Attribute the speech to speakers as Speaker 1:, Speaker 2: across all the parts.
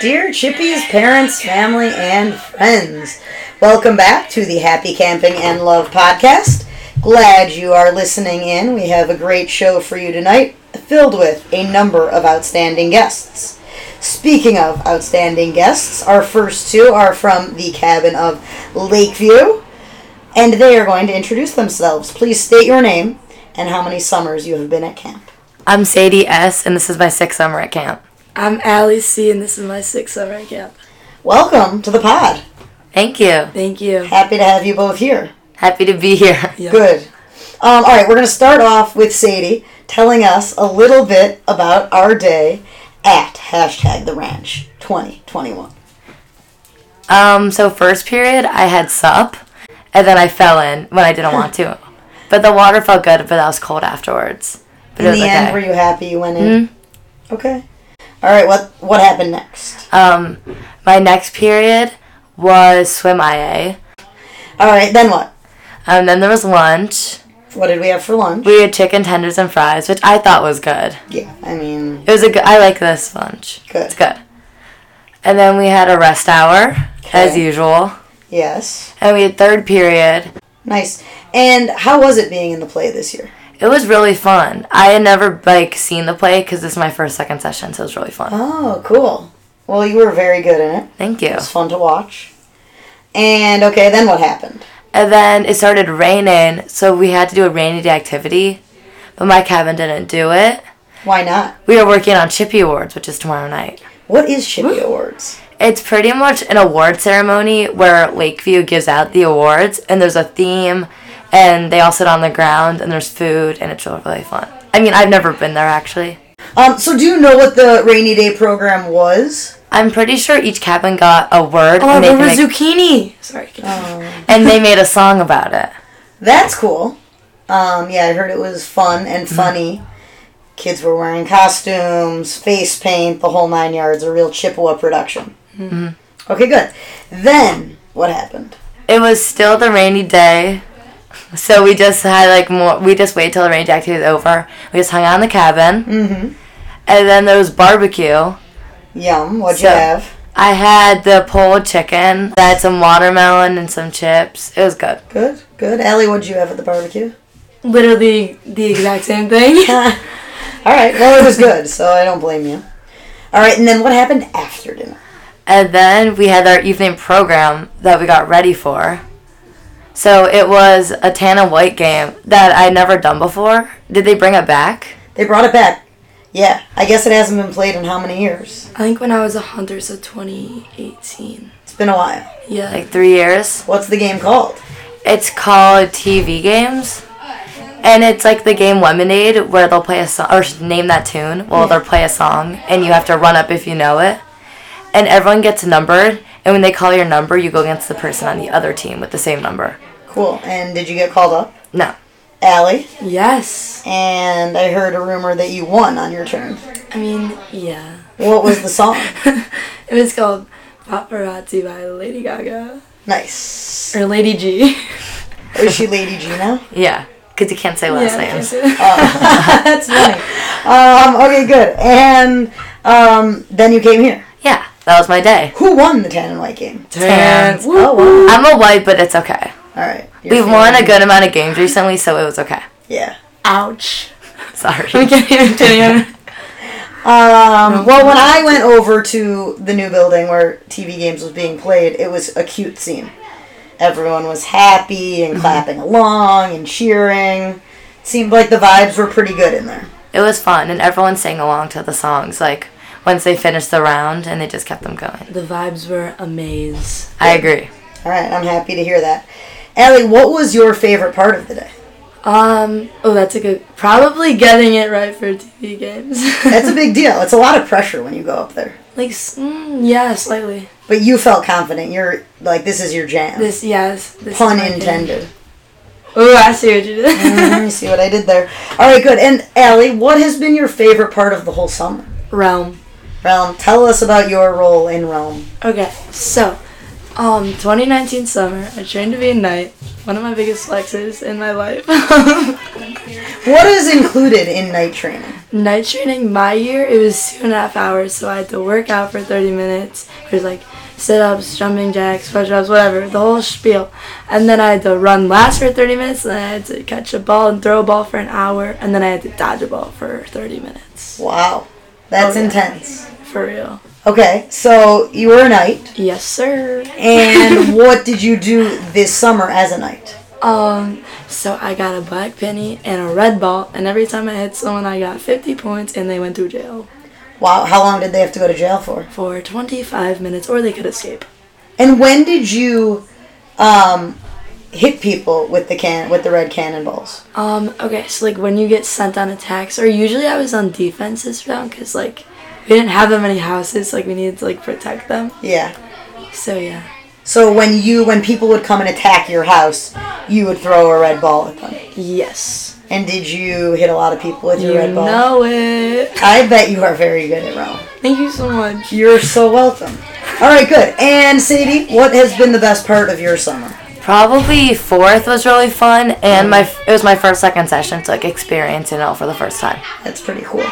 Speaker 1: Dear Chippy's parents, family, and friends, welcome back to the Happy Camping and Love podcast. Glad you are listening in. We have a great show for you tonight, filled with a number of outstanding guests. Speaking of outstanding guests, our first two are from the cabin of Lakeview, and they are going to introduce themselves. Please state your name and how many summers you have been at camp.
Speaker 2: I'm Sadie S, and this is my sixth summer at camp.
Speaker 3: I'm Allie C, and this is my sixth summer at camp.
Speaker 1: Welcome to the pod.
Speaker 2: Thank you.
Speaker 3: Thank you.
Speaker 1: Happy to have you both here.
Speaker 2: Happy to be here.
Speaker 3: Yeah.
Speaker 1: Good. Um, all right, we're going to start off with Sadie telling us a little bit about our day at hashtag the ranch 2021.
Speaker 2: Um, so first period, I had sup, and then I fell in when I didn't want to. But the water felt good, but I was cold afterwards. But
Speaker 1: In
Speaker 2: it
Speaker 1: the
Speaker 2: was
Speaker 1: end,
Speaker 2: okay.
Speaker 1: were you happy you went in?
Speaker 2: Hmm?
Speaker 1: Okay. All right, what, what happened next?
Speaker 2: um, my next period was swim IA.
Speaker 1: All right, then what?
Speaker 2: Um, then there was lunch.
Speaker 1: What did we have for lunch?
Speaker 2: We had chicken tenders and fries, which I thought was good.
Speaker 1: Yeah, I mean,
Speaker 2: It was a good. I like this lunch.
Speaker 1: Good.
Speaker 2: It's good. And then we had a rest hour as
Speaker 1: Okay.
Speaker 2: usual,
Speaker 1: yes.
Speaker 2: and we had third period.
Speaker 1: Nice. And how was it being in the play this year?
Speaker 2: It was really fun. I had never like seen the play because this is my first second session, so it was really fun.
Speaker 1: Oh, cool. Well, you were very good in it.
Speaker 2: Thank you.
Speaker 1: It was fun to watch. And okay, then what happened?
Speaker 2: And then it started raining, so we had to do a rainy day activity, but my cabin didn't do it.
Speaker 1: Why not?
Speaker 2: We are working on Chippy Awards, which is tomorrow night.
Speaker 1: What is Chippy Awards?
Speaker 2: It's pretty much an award ceremony where Lakeview gives out the awards, and there's a theme, and they all sit on the ground, and there's food, and it's really fun. I mean, I've never been there actually.
Speaker 1: Um, so do you know what the rainy day program was?
Speaker 2: I'm pretty sure each cabin got a word,
Speaker 3: Oh,
Speaker 2: and, they
Speaker 3: we
Speaker 2: can
Speaker 3: were
Speaker 2: make-
Speaker 3: zucchini. Sorry.
Speaker 2: and they made a song about it.
Speaker 1: That's cool. Um, yeah, I heard it was fun and funny. Kids were wearing costumes, face paint, the whole nine yards. A real Chippewa production.
Speaker 3: Mm-hmm.
Speaker 1: Okay, good. Then what happened?
Speaker 2: It was still the rainy day. So we just had like more. We just waited till the rainy day activity was over. We just hung out in the cabin, mm-hmm. and then there was barbecue.
Speaker 1: Yum. What'd
Speaker 2: So-
Speaker 1: you have?
Speaker 2: I had the pulled chicken. I had some watermelon and some chips. It was good.
Speaker 1: Good, good. Ellie, what'd you have at the barbecue?
Speaker 3: Literally the exact same thing.
Speaker 1: All right. Well, it was good, so I don't blame you. All right, and then what happened after dinner?
Speaker 2: And then we had our evening program that we got ready for. So it was a tan and white game that I'd never done before. Did they bring it back?
Speaker 1: They brought it back. Yeah, I guess it hasn't been played in how many years?
Speaker 3: I think when I was a hunter, so 2018.
Speaker 1: It's been a while.
Speaker 3: Yeah.
Speaker 2: Like three years.
Speaker 1: What's the game called?
Speaker 2: It's called TV Games. And it's like the game Lemonade where they'll play a song or name that tune. Well, they'll play a song and you have to run up if you know it. And everyone gets numbered. And when they call your number, you go against the person on the other team with the same number.
Speaker 1: Cool. And did you get called up?
Speaker 2: No.
Speaker 1: Allie,
Speaker 3: yes.
Speaker 1: and I heard a rumor that you won on your turn.
Speaker 3: I mean, yeah.
Speaker 1: What was the song?
Speaker 3: It was called Paparazzi by Lady Gaga.
Speaker 1: nice.
Speaker 3: Or Lady G.
Speaker 1: Is she Lady G now?
Speaker 2: Yeah. Because you can't say last names.
Speaker 1: That's funny. Oh. Um, okay, good. And um, then you came here.
Speaker 2: Yeah. That was my day.
Speaker 1: Who won the tan and white game?
Speaker 2: Tan.
Speaker 3: Woo.
Speaker 1: Oh, wow.
Speaker 2: I'm a white, but it's okay.
Speaker 1: All right. You're
Speaker 2: We've won a
Speaker 1: feeling-
Speaker 2: good amount of games recently, so it was okay.
Speaker 1: Yeah.
Speaker 3: Ouch.
Speaker 2: Sorry.
Speaker 3: can't even continue.
Speaker 1: Um, well, when I went over to the new building where TV Games was being played, it was a cute scene. Everyone was happy
Speaker 2: Mm-hmm.
Speaker 1: and clapping along and cheering. Seemed like the vibes were pretty good in there.
Speaker 2: It was fun, and everyone sang along to the songs. Like, once they finished the round, and they just kept them going.
Speaker 3: The vibes were amazing.
Speaker 2: I agree.
Speaker 1: All right, I'm happy to hear that. Ellie, what was your favorite part of the day?
Speaker 3: Um, oh, that's a good. Probably getting it right for TV games.
Speaker 1: That's a big deal. It's a lot of pressure when you go up there.
Speaker 3: like, s- mm, yeah, slightly.
Speaker 1: But you felt confident. You're like, this is your jam.
Speaker 3: This, yes. This is
Speaker 1: Pun
Speaker 3: my game.
Speaker 1: intended.
Speaker 3: Oh, I see what you did.
Speaker 1: Let me see what I did there. All right, good. And Allie, what has been your favorite part of the whole summer?
Speaker 3: Realm.
Speaker 1: Realm, tell us about your role in Realm.
Speaker 3: Okay, so Um, 2019 summer, I trained to be a knight. One of my biggest flexes in my life.
Speaker 1: What is included in night training?
Speaker 3: Night training my year, it was two and a half hours, so I had to work out for 30 minutes. There's like sit ups, jumping jacks, push ups, whatever, the whole spiel. And then I had to run last for 30 minutes, and then I had to catch a ball and throw a ball for an hour, and then I had to dodge a ball for 30 minutes.
Speaker 1: Wow, that's
Speaker 3: Oh, yeah.
Speaker 1: intense.
Speaker 3: For real.
Speaker 1: Okay, so you were a knight,
Speaker 3: Yes, sir.
Speaker 1: and what did you do this summer as a knight?
Speaker 3: Um, so I got a black penny and a red ball, and every time I hit someone, I got 50 points, and they went to jail
Speaker 1: Wow, how long did they have to go to jail for?
Speaker 3: for 25 minutes, or they could escape.
Speaker 1: And when did you um, hit people with the can with the red cannonballs?
Speaker 3: Um, okay, so like when you get sent on attacks, or usually I was on defense this round because like we didn't have that many houses, like we needed to like protect them.
Speaker 1: Yeah.
Speaker 3: So yeah.
Speaker 1: So when you when people would come and attack your house, you would throw a red ball at them.
Speaker 3: Yes.
Speaker 1: And did you hit a lot of people with your
Speaker 3: You
Speaker 1: red ball?
Speaker 3: know it.
Speaker 1: I bet you are very good at Rome.
Speaker 3: Thank you so much.
Speaker 1: You're so welcome. All right, good. And Sadie, what has been the best part of your summer?
Speaker 2: Probably fourth was really fun, and my it was my first second session, so like experiencing it all for the first time.
Speaker 1: That's pretty cool.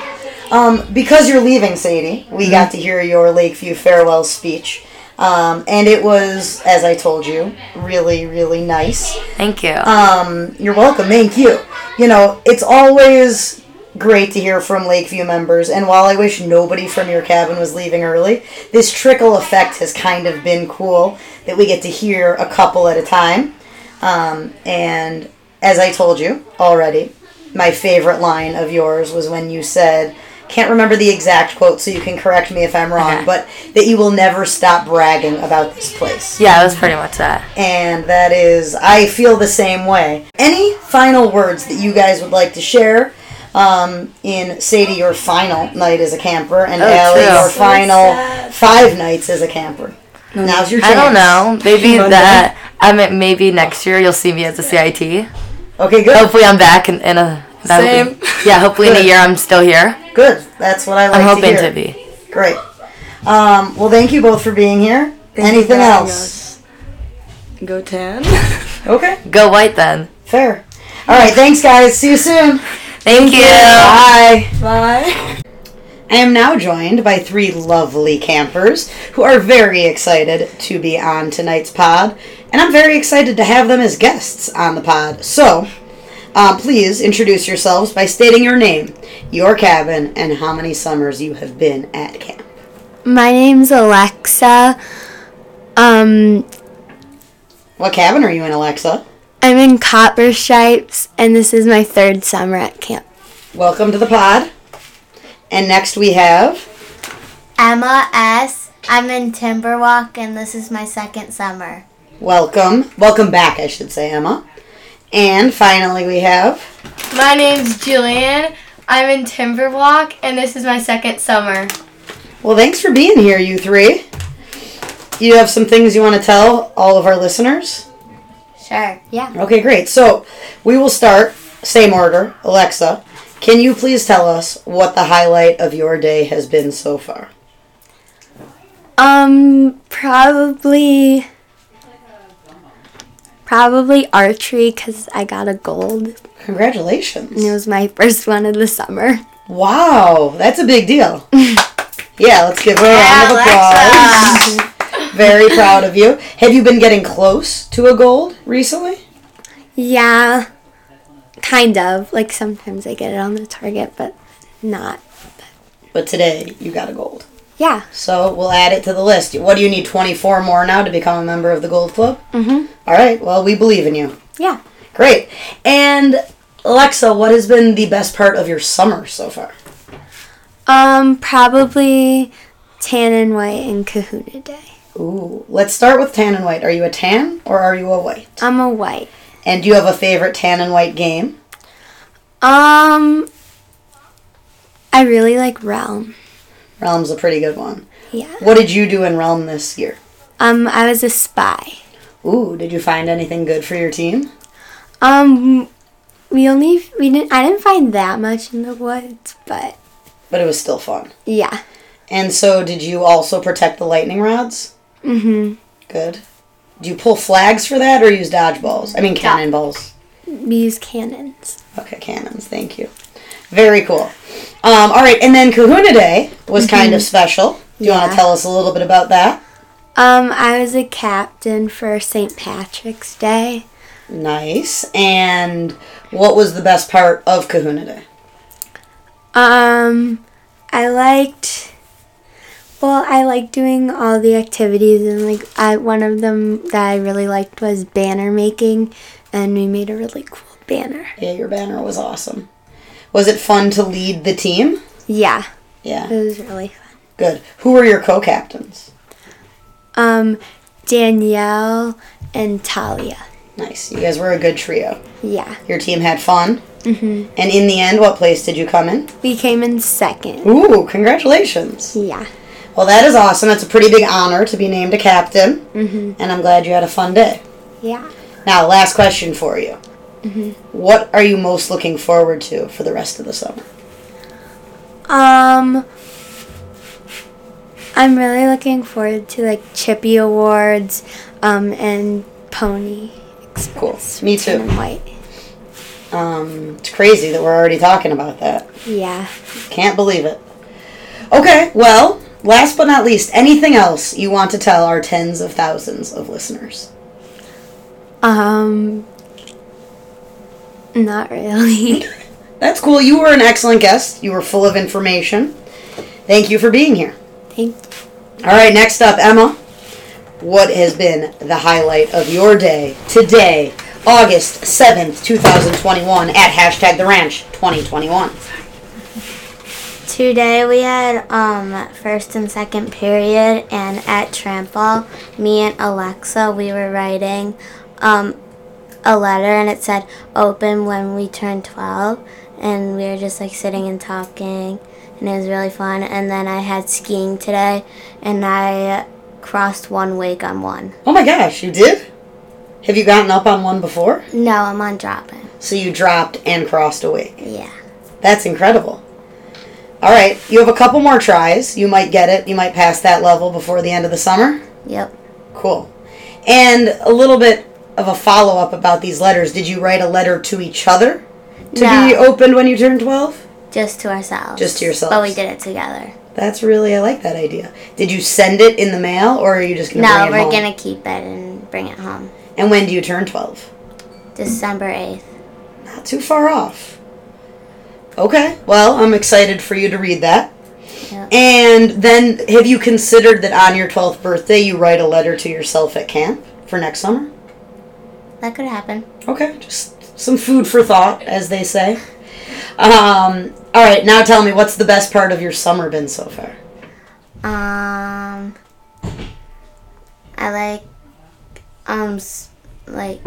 Speaker 1: Um, because you're leaving, Sadie, we got to hear your Lakeview farewell speech. Um, and it was, as I told you, really, really nice.
Speaker 2: Thank you.
Speaker 1: Um, you're welcome. Thank you. You know, it's always great to hear from Lakeview members. And while I wish nobody from your cabin was leaving early, this trickle effect has kind of been cool that we get to hear a couple at a time. Um, and as I told you already, my favorite line of yours was when you said, can't remember the exact quote, so you can correct me if I'm wrong,
Speaker 2: Okay.
Speaker 1: but that you will never stop bragging about this place
Speaker 2: yeah, it was pretty much that.
Speaker 1: and that is I feel the same way. Any final words that you guys would like to share um, in Sadie your final night as a camper and
Speaker 2: Oh,
Speaker 1: Allie
Speaker 2: true.
Speaker 1: your
Speaker 2: So Mm-hmm.
Speaker 1: final
Speaker 3: sad.
Speaker 1: five nights as a camper? Now's your
Speaker 2: I
Speaker 1: chance.
Speaker 2: don't know. Maybe
Speaker 1: Monday.
Speaker 2: that. I mean, maybe next year you'll see me as a CIT.
Speaker 1: Okay, good.
Speaker 2: Hopefully, I'm back in, in a. that would be- yeah, hopefully in a
Speaker 1: Good.
Speaker 2: year I'm still here.
Speaker 1: Good. That's what I like
Speaker 2: I'm
Speaker 1: to
Speaker 2: hoping
Speaker 1: hear.
Speaker 2: to be.
Speaker 1: Great. Um, well, thank you both for being here.
Speaker 3: Thank you
Speaker 1: Anything
Speaker 3: for having
Speaker 1: else?
Speaker 3: us. Go tan.
Speaker 1: Okay.
Speaker 2: Go white then.
Speaker 1: Fair. All right. Thanks, guys. See you soon.
Speaker 2: Thank you.
Speaker 1: Bye.
Speaker 3: Bye.
Speaker 1: I am now joined by three lovely campers who are very excited to be on tonight's pod, and I'm very excited to have them as guests on the pod. So, uh, please introduce yourselves by stating your name, your cabin, and how many summers you have been at camp.
Speaker 4: My name's Alexa. Um,
Speaker 1: What cabin are you in, Alexa?
Speaker 4: I'm in Copper Stripes, and this is my third summer at camp.
Speaker 1: Welcome to the pod. And next we have
Speaker 5: Emma S. I'm in Timberwalk, and this is my second summer.
Speaker 1: welcome, welcome back, I should say, Emma. And finally we have
Speaker 6: My name's Jillian. I'm in Timberwalk, and this is my second summer.
Speaker 1: Well, thanks for being here, you three. You have some things you want to tell all of our listeners?
Speaker 5: Sure. Yeah.
Speaker 1: Okay, great. So we will start, same order. Alexa, can you please tell us what the highlight of your day has been so far?
Speaker 4: Um, probably, probably archery because I got a gold, and it
Speaker 1: Congratulations.
Speaker 4: was my first one of the summer.
Speaker 1: Wow, that's a big deal. yeah, let's give her a round of applause. Very proud of you. Have you been getting close to a gold recently?
Speaker 4: Yeah, kind of. Like sometimes I get it on the target, but not.
Speaker 1: But today you got a gold.
Speaker 4: Yeah,
Speaker 1: So we'll add it to the list. What do you need? 24 more now to become a member of the Gold Club? Mm-hmm. All right. Well, we believe in you.
Speaker 4: yeah.
Speaker 1: Great. And Alexa, what has been the best part of your summer so far?
Speaker 4: Um, probably tan and white and Kahuna Day.
Speaker 1: Ooh. Let's start with tan and white. Are you a tan or are you a white?
Speaker 4: I'm a white.
Speaker 1: And do you have a favorite tan and white game?
Speaker 4: Um, I really like Realm.
Speaker 1: Realm's a pretty good one.
Speaker 4: Yeah.
Speaker 1: What did you do in Realm this year?
Speaker 4: Um, I was a spy.
Speaker 1: Ooh. Did you find anything good for your team?
Speaker 4: Um, we only we didn't I didn't find that much in the woods, but
Speaker 1: But it was still fun.
Speaker 4: yeah.
Speaker 1: And so, did you also protect the lightning rods? Mm-hmm. Good. Do you pull flags for that or use dodgeballs? I mean cannonballs.
Speaker 4: We use cannons.
Speaker 1: Okay, cannons. Thank you. Very cool. Um, all right, and then Kahuna Day was kind of special. Do you want to
Speaker 4: Mm-hmm. Yeah.
Speaker 1: tell us a little bit about that?
Speaker 4: Um, I was a captain for St. Patrick's Day.
Speaker 1: Nice. And what was the best part of Kahuna Day?
Speaker 4: Um, I liked. Well, I liked doing all the activities, and like I, one of them that I really liked was banner making, and we made a really cool banner.
Speaker 1: Yeah, your banner was awesome. Was it fun to lead the team?
Speaker 4: Yeah, it
Speaker 1: Yeah,
Speaker 4: was really fun.
Speaker 1: good. Who were your co-captains?
Speaker 4: Um, Danielle and Talia.
Speaker 1: Nice. You guys were a good trio.
Speaker 4: Yeah,
Speaker 1: Your team had fun. Mm-hmm. And in the end, what place did you come in?
Speaker 4: we came in second.
Speaker 1: Ooh, congratulations.
Speaker 4: Yeah,
Speaker 1: Well, that is awesome. That's a pretty big honor to be named a captain. Mm-hmm. And I'm glad you had a fun day.
Speaker 4: yeah. Mm-hmm.
Speaker 1: Now, last question for you. What are you most looking forward to for the rest of the summer?
Speaker 4: Um, I'm really looking forward to like Chippy Awards, um, and Pony Express.
Speaker 1: Me too.
Speaker 4: Red and White.
Speaker 1: Um, it's crazy that we're already talking about that.
Speaker 4: Yeah.
Speaker 1: Can't believe it. Okay, well, last but not least, anything else you want to tell our tens of thousands of listeners?
Speaker 4: Um. Not really.
Speaker 1: That's cool. You were an excellent guest. You were full of information. Thank you for being here.
Speaker 4: Thank.
Speaker 1: All right, next up, Emma. What has been the highlight of your day today, August 7th, 2021, at hashtag the ranch 2021?
Speaker 5: Today we had um first and second period and at trample me and Alexa we were writing um a letter and it said open when we turn 12 and we were just like sitting and talking and it was really fun and then I had skiing today and I crossed one wig on one.
Speaker 1: Oh my gosh, you did? Have you gotten up on one before?
Speaker 5: No, I'm on dropping.
Speaker 1: So you dropped and crossed away.
Speaker 5: Yeah.
Speaker 1: That's incredible. All right, you have a couple more tries. You might get it. You might pass that level before the end of the summer.
Speaker 5: Yep.
Speaker 1: Cool. And a little bit of a follow up about these letters. Did you write a letter to each other to be
Speaker 5: No.
Speaker 1: opened when you turn 12?
Speaker 5: Just to ourselves.
Speaker 1: Just to yourselves.
Speaker 5: But we did it together.
Speaker 1: That's really, I like that idea. Did you send it in the mail or are you just going to
Speaker 5: No,
Speaker 1: bring it
Speaker 5: we're
Speaker 1: home?
Speaker 5: going to keep it and bring it home.
Speaker 1: And when do you turn 12?
Speaker 5: December 8th.
Speaker 1: Not too far off. Okay, well, I'm excited for you to read that.
Speaker 5: Yeah.
Speaker 1: And then, have you considered that on your 12th birthday you write a letter to yourself at camp for next summer?
Speaker 5: That could happen.
Speaker 1: Okay, just some food for thought, as they say. Um, all right, now tell me, what's the best part of your summer been so far?
Speaker 5: Um, I like um s- like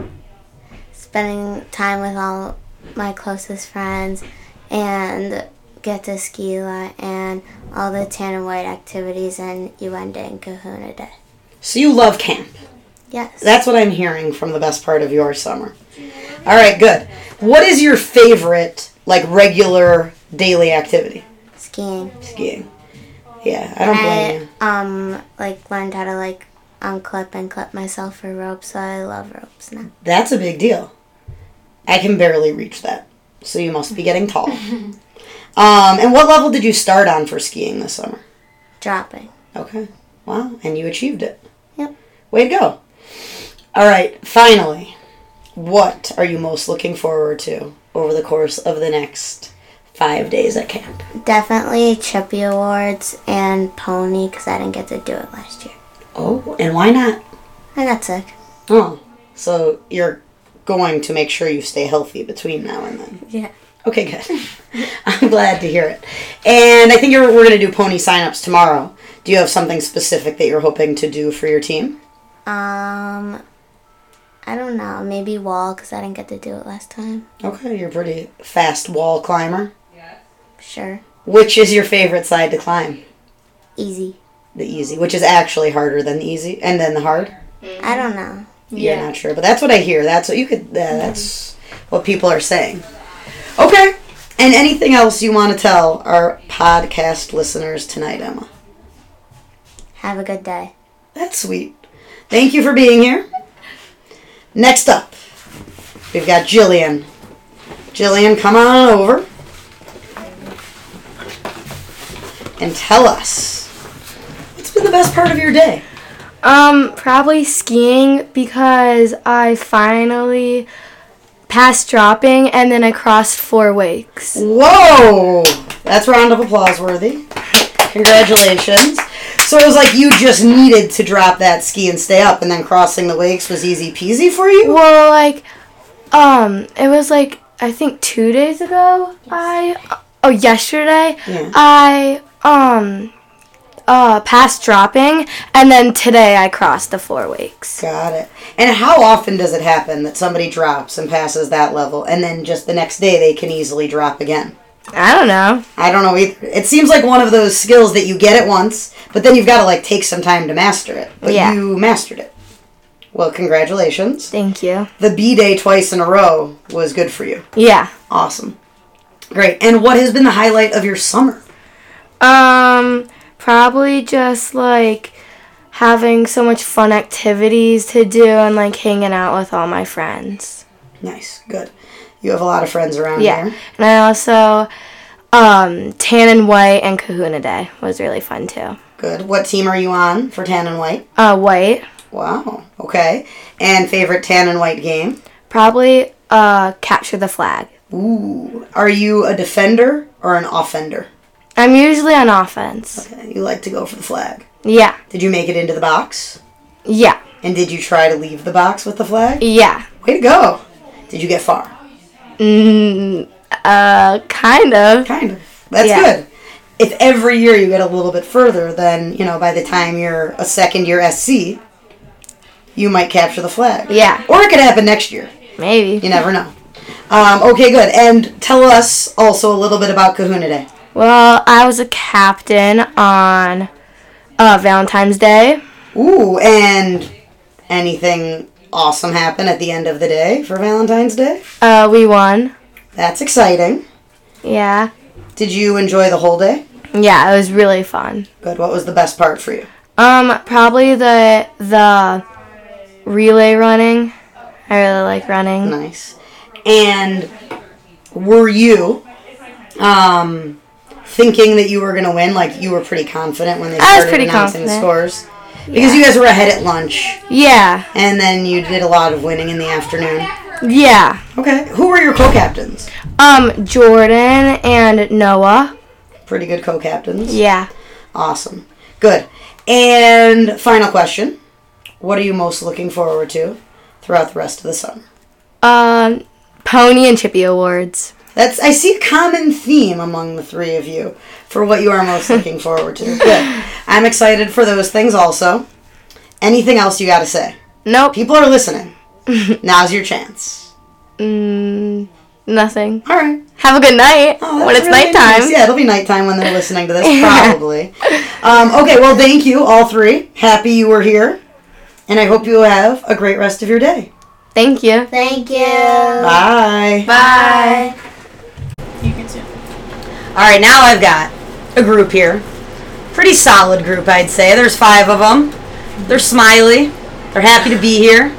Speaker 5: spending time with all my closest friends and get to ski a lot and all the tan and white activities and Uenda and Kahuna Day.
Speaker 1: So, you love camp.
Speaker 5: Yes.
Speaker 1: That's what I'm hearing from the best part of your summer. All right, good. What is your favorite, like, regular daily activity?
Speaker 5: skiing.
Speaker 1: Skiing. Yeah, I don't blame you.
Speaker 5: I um like learned how to like unclip and clip myself for ropes, so I love ropes now.
Speaker 1: That's a big deal. I can barely reach that. So you must be getting tall. um, and what level did you start on for skiing this summer?
Speaker 5: Dropping.
Speaker 1: Okay. Wow. And you achieved it.
Speaker 5: Yep.
Speaker 1: Way to go. All right. Finally, what are you most looking forward to over the course of the next five days at camp?
Speaker 5: Definitely Chippy Awards and Pony because I didn't get to do it last year.
Speaker 1: Oh, and why not?
Speaker 5: I got sick.
Speaker 1: Oh, so you're going to make sure you stay healthy between now and then.
Speaker 5: Yeah.
Speaker 1: Okay, good. I'm glad to hear it. And I think you're, we're going to do pony signups tomorrow. Do you have something specific that you're hoping to do for your team?
Speaker 5: Um, I don't know. Maybe wall because I didn't get to do it last time.
Speaker 1: Okay, you're a pretty fast wall climber.
Speaker 5: Sure.
Speaker 1: Which is your favorite side to climb?
Speaker 5: Easy.
Speaker 1: The easy, which is actually harder than the easy, and then the hard.
Speaker 5: I don't know.
Speaker 1: You're not sure, but that's what I hear. That's what you could. Uh,
Speaker 5: Mm-hmm.
Speaker 1: that's what people are saying. Okay. And anything else you want to tell our podcast listeners tonight, Emma?
Speaker 5: Have a good day.
Speaker 1: That's sweet. Thank you for being here. Next up, we've got Jillian. Jillian, come on over and tell us what's been the best part of your day.
Speaker 6: Um, probably skiing because I finally passed dropping and then I crossed four wakes.
Speaker 1: Whoa! That's round of applause worthy. Congratulations. So it was like you just needed to drop that ski and stay up, and then crossing the wakes was easy peasy for you?
Speaker 6: Well, like, um, it was like I think two days ago. I oh yesterday
Speaker 1: Yeah.
Speaker 6: I um uh passed dropping and then today I crossed the four wakes.
Speaker 1: Got it. And how often does it happen that somebody drops and passes that level, and then just the next day they can easily drop again?
Speaker 6: I don't know.
Speaker 1: I don't know either. It seems like one of those skills that you get it once, but then you've got to like take some time to master it. But
Speaker 6: Yeah.
Speaker 1: you mastered it. Well, congratulations.
Speaker 6: Thank you.
Speaker 1: The B day twice in a row was good for you.
Speaker 6: Yeah.
Speaker 1: Awesome. Great. And what has been the highlight of your summer?
Speaker 6: Um, probably just like having so much fun activities to do and like hanging out with all my friends.
Speaker 1: Nice. Good. You have a lot of friends around
Speaker 6: Yeah.
Speaker 1: here.
Speaker 6: And I also um tan and white and kahuna day was really fun too.
Speaker 1: Good. What team are you on for tan and white?
Speaker 6: Uh white.
Speaker 1: Wow. Okay. And favorite tan and white game?
Speaker 6: Probably uh capture the flag.
Speaker 1: Ooh. Are you a defender or an offender?
Speaker 6: I'm usually on offense.
Speaker 1: You like to go for the flag.
Speaker 6: Yeah.
Speaker 1: Did you make it into the box?
Speaker 6: Yeah.
Speaker 1: And did you try to leave the box with the flag?
Speaker 6: Yeah.
Speaker 1: Way to go. Did you get far?
Speaker 6: Mm, uh kind of.
Speaker 1: Kind of. That's
Speaker 6: Yeah.
Speaker 1: good. If every year you get a little bit further, then, you know, by the time you're a second year SC, you might capture the flag.
Speaker 6: Yeah.
Speaker 1: Or it could happen next year.
Speaker 6: Maybe.
Speaker 1: You never know. Um, okay, good. And tell us also a little bit about Kahuna Day.
Speaker 6: Well, I was a captain on uh Valentine's Day.
Speaker 1: Ooh, and anything awesome happen at the end of the day for Valentine's Day?
Speaker 6: Uh, we won.
Speaker 1: That's exciting.
Speaker 6: Yeah.
Speaker 1: Did you enjoy the whole day?
Speaker 6: Yeah, it was really fun.
Speaker 1: Good. What was the best part for you?
Speaker 6: Um, probably the the relay running. I really like running.
Speaker 1: Nice. And were you um, thinking that you were going to win? Like you were pretty confident when they
Speaker 6: I was
Speaker 1: started
Speaker 6: pretty
Speaker 1: announcing the
Speaker 6: confident.
Speaker 1: scores because you guys were ahead at lunch,
Speaker 6: Yeah.
Speaker 1: and then you did a lot of winning in the afternoon.
Speaker 6: Yeah.
Speaker 1: Okay. Who were your co-captains?
Speaker 6: Um, Jordan and Noah.
Speaker 1: Pretty good co-captains.
Speaker 6: Yeah.
Speaker 1: Awesome. Good. And final question: What are you most looking forward to throughout the rest of the summer?
Speaker 6: Um, Pony and Chippy awards.
Speaker 1: That's I see a common theme among the three of you for what you are most looking forward to. Good. I'm excited for those things also. Anything else you got to say?
Speaker 6: Nope.
Speaker 1: People are listening. Now's your chance.
Speaker 6: Mm, nothing.
Speaker 1: All right.
Speaker 6: Have a good night
Speaker 1: Oh,
Speaker 6: when
Speaker 1: that's
Speaker 6: it's
Speaker 1: really
Speaker 6: nighttime.
Speaker 1: nice. Yeah, it'll be nighttime when they're listening to this, probably. um, okay, well, thank you, all three. Happy you were here. And I hope you have a great rest of your day.
Speaker 6: Thank you.
Speaker 5: Thank you.
Speaker 1: Bye.
Speaker 6: Bye.
Speaker 1: All right, now I've got a group here. Pretty solid group, I'd say. There's five of them. They're smiley. They're happy to be here.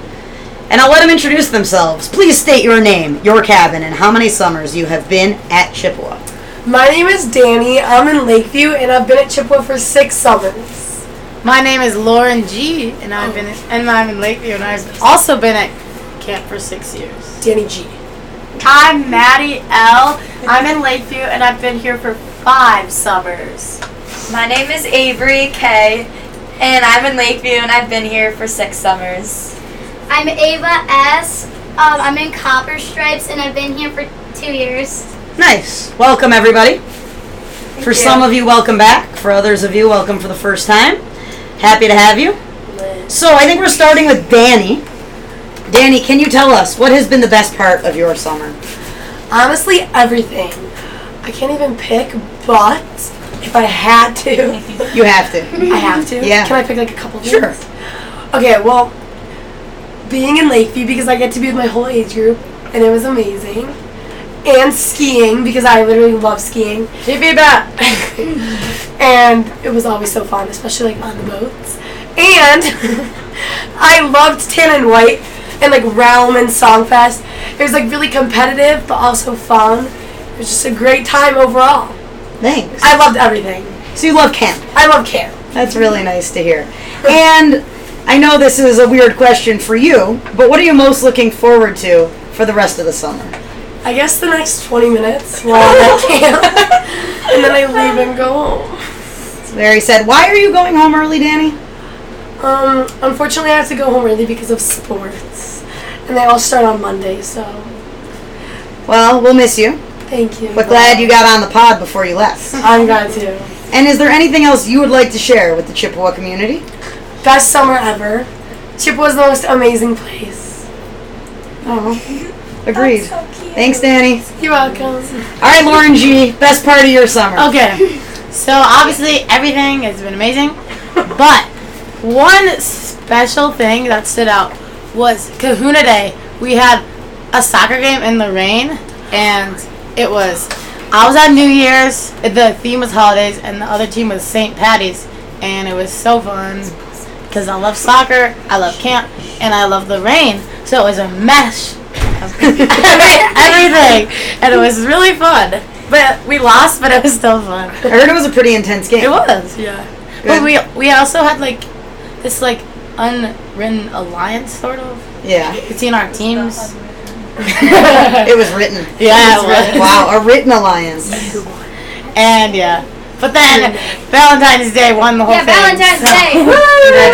Speaker 1: And I'll let them introduce themselves. Please state your name, your cabin, and how many summers you have been at Chippewa.
Speaker 7: My name is Danny. I'm in Lakeview, and I've been at Chippewa for six summers.
Speaker 8: My name is Lauren G, and I've been and I'm in Lakeview, and I've also been at camp for six years.
Speaker 7: Danny G.
Speaker 8: I'm Maddie L. I'm in Lakeview, and I've been here for five summers.
Speaker 9: My name is Avery Kay, and I'm in Lakeview, and I've been here for six summers.
Speaker 10: I'm Ava S. Um, I'm in Copper Stripes and I've been here for two years.
Speaker 1: Nice. Welcome, everybody. for some of you, welcome back. For others of you, welcome for the first time. Happy to have you. So I think we're starting with Danny. Danny, can you tell us what has been the best part of your summer?
Speaker 7: Honestly, everything. I can't even pick, but if I had to,
Speaker 1: You have to.
Speaker 7: I have to.
Speaker 1: Yeah.
Speaker 7: Can I pick like a couple things?
Speaker 1: Sure.
Speaker 7: Okay, well, being in Lakeview because I get to be with my whole age group, and it was amazing. And skiing because I literally love skiing. Jiffy back. and it was always so fun, especially like on the boats. And I loved tan and white and like Realm and Songfest. It was like really competitive but also fun. It was just a great time overall.
Speaker 1: Thanks.
Speaker 7: I loved everything.
Speaker 1: So you love camp.
Speaker 7: I love camp.
Speaker 1: That's really nice to hear. And I know this is a weird question for you, but what are you most looking forward to for the rest of the summer?
Speaker 7: I guess the next 20 minutes while I'm at camp. and then I leave and go home.
Speaker 1: It's very sad. Why are you going home early, Danny?
Speaker 7: Um, unfortunately, I have to go home early because of sports. And they all start on Monday, so
Speaker 1: Well, we'll miss you,
Speaker 7: thank you.
Speaker 1: but glad you got on the pod before you left.
Speaker 7: I'm glad too.
Speaker 1: And is there anything else you would like to share with the Chippewa community?
Speaker 7: Best summer ever. Chippewa's the most amazing place. Oh,
Speaker 1: Agreed. Thanks, Danny.
Speaker 7: you're welcome.
Speaker 1: All right, Lauren G. Best part of your summer.
Speaker 8: Okay. So obviously everything has been amazing, but one special thing that stood out was Kahuna Day. We had a soccer game in the rain, and it was. I was at New Year's. The theme was holidays, and the other team was St. Patty's, and it was so fun because I love soccer, I love camp, and I love the rain. So it was a mesh of everything, and it was really fun. But we lost, but it was still fun.
Speaker 1: I heard it was a pretty intense game.
Speaker 8: It was.
Speaker 7: Yeah.
Speaker 8: But we we also had like this like unwritten alliance sort of
Speaker 1: Yeah,
Speaker 8: between our teams.
Speaker 1: it was written.
Speaker 8: Yeah, it was.
Speaker 1: Wow, a written alliance.
Speaker 8: And yeah. But then Valentine's Day won the whole
Speaker 10: Yeah,
Speaker 8: thing.
Speaker 10: Valentine's
Speaker 8: so-
Speaker 10: Day. I got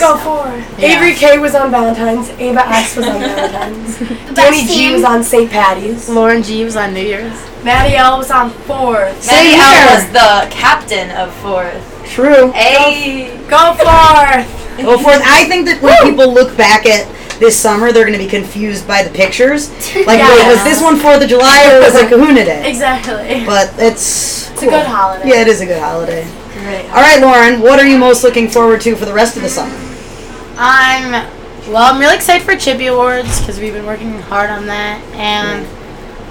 Speaker 10: khakis.
Speaker 7: Go for it.
Speaker 8: Yeah.
Speaker 7: Avery K was on Valentine's. Ava S was on Valentine's.
Speaker 10: The best
Speaker 7: Danny G
Speaker 10: team.
Speaker 7: was on St. Patty's.
Speaker 8: Lauren G was on New Year's.
Speaker 7: Maddie L was on fourth.
Speaker 1: Say
Speaker 9: Maddie
Speaker 1: here.
Speaker 9: L was the captain of fourth.
Speaker 1: True.
Speaker 9: Hey.
Speaker 7: Go fourth.
Speaker 1: Go for it. I think that when people look back at this summer, they're going to be confused by the pictures. Like, wait, was this one Fourth of July or was it Kahuna Day?
Speaker 7: Exactly.
Speaker 1: But it's
Speaker 7: It's a good holiday.
Speaker 1: Yeah, it is a good holiday.
Speaker 7: Great.
Speaker 1: All right, Lauren, what are you most looking forward to for the rest of the summer?
Speaker 8: I'm well. I'm really excited for Chippy Awards because we've been working hard on that, and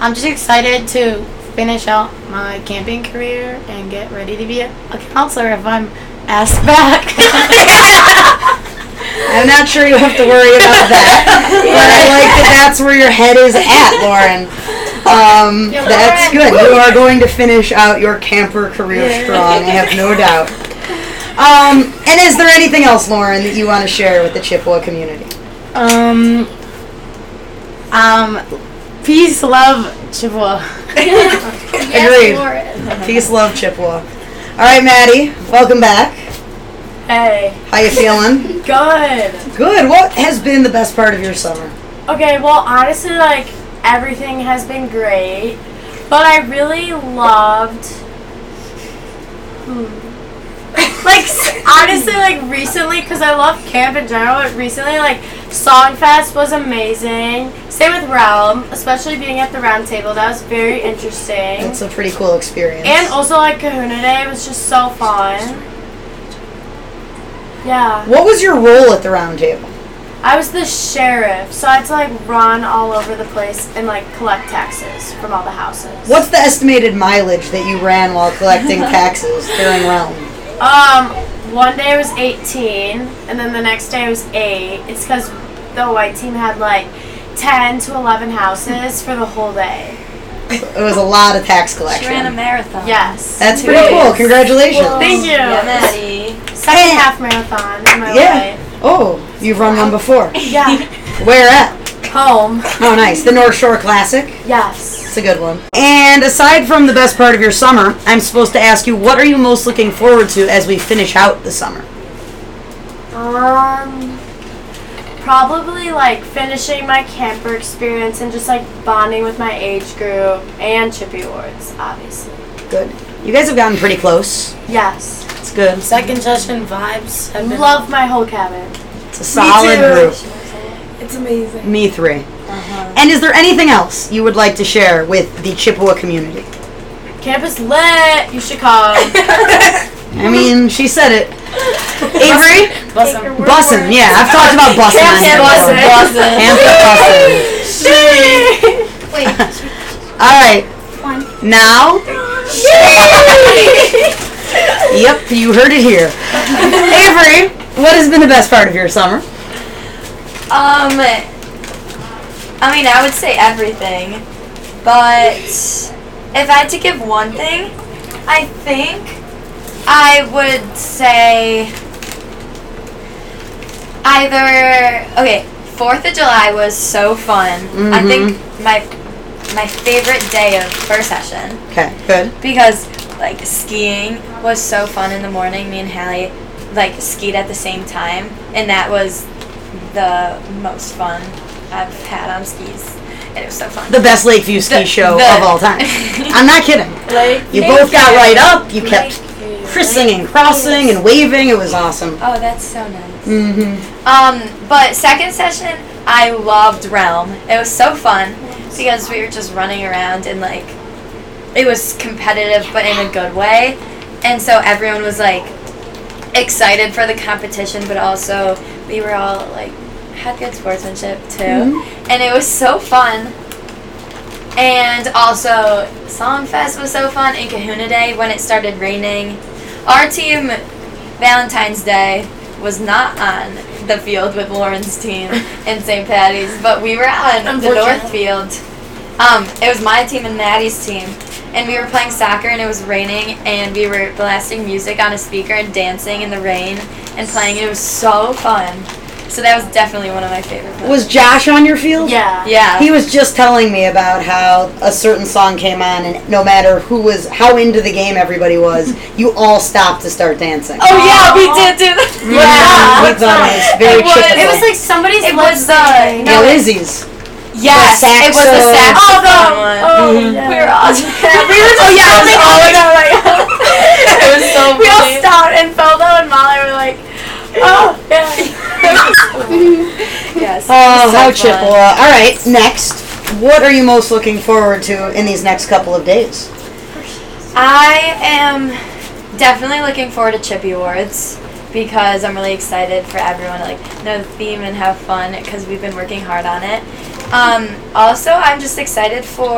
Speaker 8: I'm just excited to finish out my camping career and get ready to be a, a counselor if I'm asked back.
Speaker 1: I'm not sure you have to worry about that, but I like that that's where your head is at, Lauren. Um, that's good. You are going to finish out your camper career strong, I have no doubt. Um, and is there anything else, Lauren, that you want to share with the Chippewa community?
Speaker 8: um, um, peace, love, Chippewa.
Speaker 1: Agreed. Peace, love, Chippewa. All right, Maddie, welcome back.
Speaker 7: Hey.
Speaker 1: How you feeling?
Speaker 7: Good.
Speaker 1: Good. What has been the best part of your summer?
Speaker 7: Okay, well, honestly, like everything has been great, but I really loved. Hmm. like s- honestly, like recently, because I love camp in general. But recently, like Songfest was amazing. Same with Realm, especially being at the round table. That was very interesting.
Speaker 1: It's a pretty cool experience.
Speaker 7: And also, like Kahuna Day was just so fun. Yeah.
Speaker 1: what was your role at the round table?
Speaker 7: I was the sheriff, so I had to like run all over the place and like collect taxes from all the houses.
Speaker 1: What's the estimated mileage that you ran while collecting taxes during Realm?
Speaker 7: Um, one day it was 18, and then the next day it was 8. It's because the white team had like 10 to 11 houses for the whole day.
Speaker 1: It was a lot of tax
Speaker 9: She ran a
Speaker 1: collection.
Speaker 9: marathon.
Speaker 7: Yes.
Speaker 1: That's pretty cool. Congratulations.
Speaker 7: Thank you.
Speaker 9: Yeah, Maddie.
Speaker 7: Second half marathon in my
Speaker 1: Yeah.
Speaker 7: life.
Speaker 1: Oh, you've run one before.
Speaker 7: Yeah.
Speaker 1: Where at?
Speaker 7: Home.
Speaker 1: Oh, nice. The North Shore Classic.
Speaker 7: Yes.
Speaker 1: It's a good one. And aside from the best part of your summer, I'm supposed to ask you what are you most looking forward to as we finish out the summer?
Speaker 7: Um, probably like finishing my camper experience and just like bonding with my age group and Chippy Awards, obviously.
Speaker 1: Good. You guys have gotten pretty close.
Speaker 7: Yes,
Speaker 1: It's good.
Speaker 8: Second session vibes. Have been
Speaker 7: love my whole cabin.
Speaker 1: It's a solid group.
Speaker 7: It's amazing.
Speaker 1: Me 3
Speaker 7: Uh-huh.
Speaker 1: And is there anything else you would like to share with the Chippewa community?
Speaker 7: Campus lit. You should come.
Speaker 1: I mean, she said it. Avery?
Speaker 8: Blossom.
Speaker 1: Bussin', yeah. I've talked about bussin'. on here
Speaker 7: Bussin'.
Speaker 1: before. Hampton bussin'.
Speaker 10: Wait,
Speaker 1: All right. Now. yep, you heard it here. Avery, what has been the best part of your summer?
Speaker 9: Um, I mean, I would say everything, but if I had to give one thing, I think I would say either. Okay, Fourth of July was so fun. I think my my favorite day of first session
Speaker 1: Okay, good.
Speaker 9: because like skiing was so fun in the morning. Me and Hallie like skied at the same time, and that was the most fun I've had on skis, and it was so fun.
Speaker 1: The best Lakeview ski
Speaker 9: The-
Speaker 1: show
Speaker 9: the-
Speaker 1: of all time. I'm not kidding.
Speaker 9: Like
Speaker 1: You both got right up. You kept crissing and crossing and waving. It was awesome.
Speaker 9: Oh, that's so nice.
Speaker 1: Mm-hmm.
Speaker 9: Um, but second session, I loved Realm. It was so fun because we were just running around and like it was competitive, but in a good way. And so everyone was like excited for the competition, but also we were all like had good sportsmanship too, and it was so fun. And also, Songfest was so fun in Kahuna Day when it started raining. Our team, Valentine's Day, was not on the field with Lauren's team in St. Patty's, but we were on the North Field. Um, it was my team and Maddie's team, and we were playing soccer, and it was raining, and we were blasting music on a speaker and dancing in the rain and playing. It was so fun. So that was definitely one of my favorite. Places.
Speaker 1: Was Josh on your field?
Speaker 10: Yeah.
Speaker 9: yeah.
Speaker 1: He was just telling me about how a certain song came on, and no matter who was, how into the game everybody was, you all stopped to start dancing.
Speaker 9: Oh yeah, we did do that.
Speaker 1: yeah. We
Speaker 9: Yeah.
Speaker 1: thought it was very
Speaker 9: It was-
Speaker 1: typical.
Speaker 10: It was like somebody's
Speaker 9: It
Speaker 10: lip
Speaker 9: was
Speaker 10: syncing.
Speaker 9: the
Speaker 1: Now Lizzie's.
Speaker 9: yes,
Speaker 1: The
Speaker 9: it was the
Speaker 1: saxo.
Speaker 9: saxophone one.
Speaker 10: Oh,
Speaker 9: We were all we were
Speaker 10: Oh, yeah, it was all
Speaker 9: like, oh my god, it was so
Speaker 10: we all
Speaker 9: funny.
Speaker 10: stopped and fell down, and Molly were like,
Speaker 9: Oh yeah. yes.
Speaker 1: Oh,
Speaker 9: so
Speaker 1: how
Speaker 9: fun.
Speaker 1: Chippewa. All right, next. What are you most looking forward to in these next couple of days?
Speaker 9: I am definitely looking forward to Chippy Awards because I'm really excited for everyone to like know the theme and have fun because we've been working hard on it. Um, also, I'm just excited for.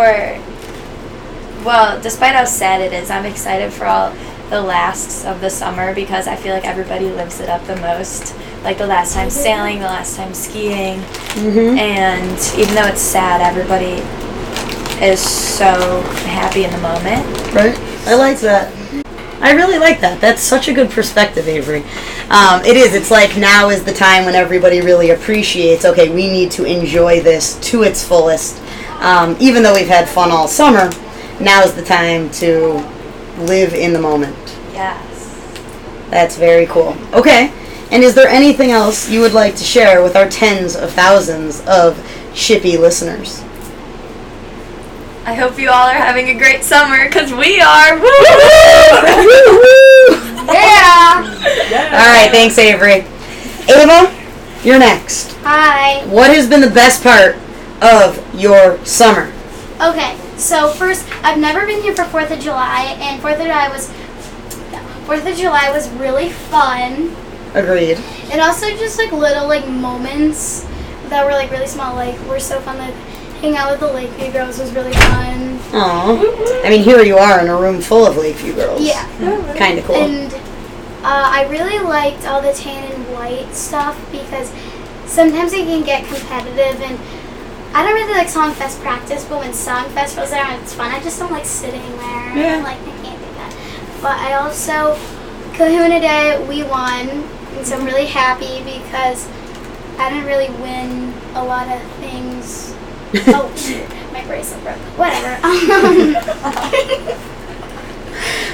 Speaker 9: Well, despite how sad it is, I'm excited for all the lasts of the summer because I feel like everybody lives it up the most. Like the last time sailing, the last time skiing,
Speaker 1: Mm-hmm.
Speaker 9: and even though it's sad, everybody is so happy in the moment.
Speaker 1: Right? I like that. I really like that. That's such a good perspective, Avery. Um, it is. It's like now is the time when everybody really appreciates okay, we need to enjoy this to its fullest. Um, even though we've had fun all summer, now is the time to live in the moment.
Speaker 9: Yes.
Speaker 1: That's very cool. Okay. And is there anything else you would like to share with our tens of thousands of shippy listeners?
Speaker 9: I hope you all are having a great summer because we are. Woo!
Speaker 10: yeah.
Speaker 1: All right, thanks, Avery. Ava, you're next.
Speaker 10: Hi.
Speaker 1: What has been the best part of your summer?
Speaker 10: Okay, so first, I've never been here for 4th of July, and 4th of July was. 4th of July was really fun.
Speaker 1: Agreed.
Speaker 10: And also just like little like moments that were like really small, like were so fun. Like hanging out with the Lakeview girls was really fun.
Speaker 1: Aw. I mean, here you are in a room full of Lakeview girls.
Speaker 10: Yeah.
Speaker 1: Kind of cool.
Speaker 10: And uh, I really liked all the tan and white stuff because sometimes it can get competitive and I don't really like Songfest practice, but when Songfest was there and it's fun, I just don't like sitting there.
Speaker 1: Yeah.
Speaker 10: Like I can't do that. But I also Kahuna Day we won, and so I'm really happy because I didn't really win a lot of things. oh, shoot, my bracelet broke. Whatever.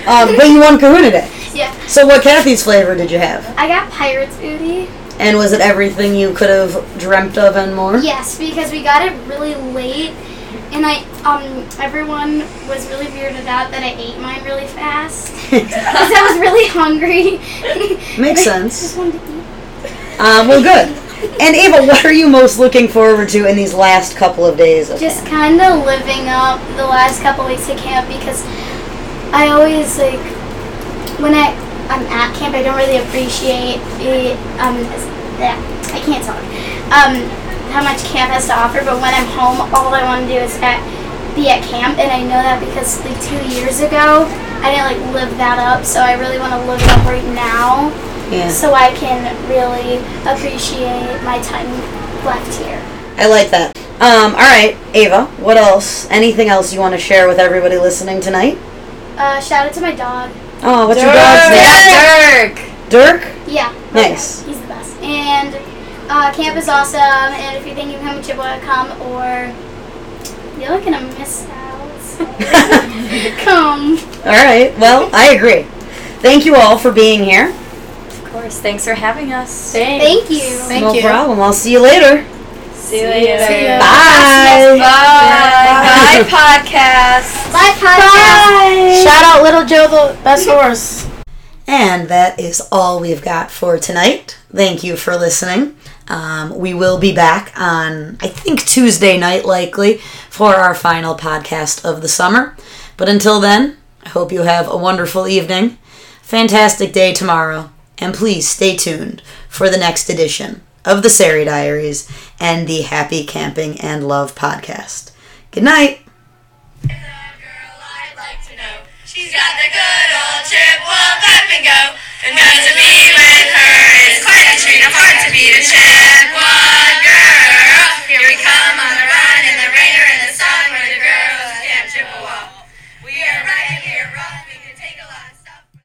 Speaker 1: um, but you won Kahuna Day.
Speaker 10: yeah,
Speaker 1: So, what Kathy's flavor did you have?
Speaker 10: I got Pirates Booty.
Speaker 1: And was it everything you could have dreamt of and more?
Speaker 10: Yes, because we got it really late, and I um everyone was really weirded out that I ate mine really fast because I was really hungry.
Speaker 1: Makes
Speaker 10: And I
Speaker 1: sense.
Speaker 10: Just wanted to eat.
Speaker 1: Um, well, good. And Ava, what are you most looking forward to in these last couple of days? Of
Speaker 10: Just kind of living up the last couple weeks at camp because I always like when I I'm at camp I don't really appreciate it. Um, that I can't talk. Um, how much camp has to offer, but when I'm home, all I want to do is at, be at camp, and I know that because like two years ago I didn't like live that up, so I really want to live it up right now
Speaker 1: Yeah.
Speaker 10: so I can really appreciate my time left here.
Speaker 1: I like that. Um, all right, Ava. What else? Anything else you want to share with everybody listening tonight?
Speaker 10: Uh, shout out to my dog.
Speaker 1: Oh, what's your dog's name?
Speaker 9: Yeah, Dirk.
Speaker 1: Dirk.
Speaker 10: Yeah.
Speaker 1: Nice.
Speaker 10: He's the best. And uh, camp is awesome. And if you're thinking of coming to Chippewa, come or you're gonna miss out. come.
Speaker 1: All right. Well, I agree. Thank you all for being here.
Speaker 9: Of course. Thanks for having us. Thanks.
Speaker 10: Thank you.
Speaker 9: Thank
Speaker 1: no
Speaker 9: you.
Speaker 1: problem. I'll see you later.
Speaker 9: See you later.
Speaker 1: Bye.
Speaker 9: Bye. Bye. podcast.
Speaker 10: Bye, podcast.
Speaker 8: Shout out Little Joe the best horse.
Speaker 1: And that is all we've got for tonight. Thank you for listening. Um, we will be back on, I think, Tuesday night, likely, for our final podcast of the summer. But until then, I hope you have a wonderful evening, fantastic day tomorrow, and please stay tuned for the next edition of the Sari Diaries and the Happy Camping and Love podcast. Good night.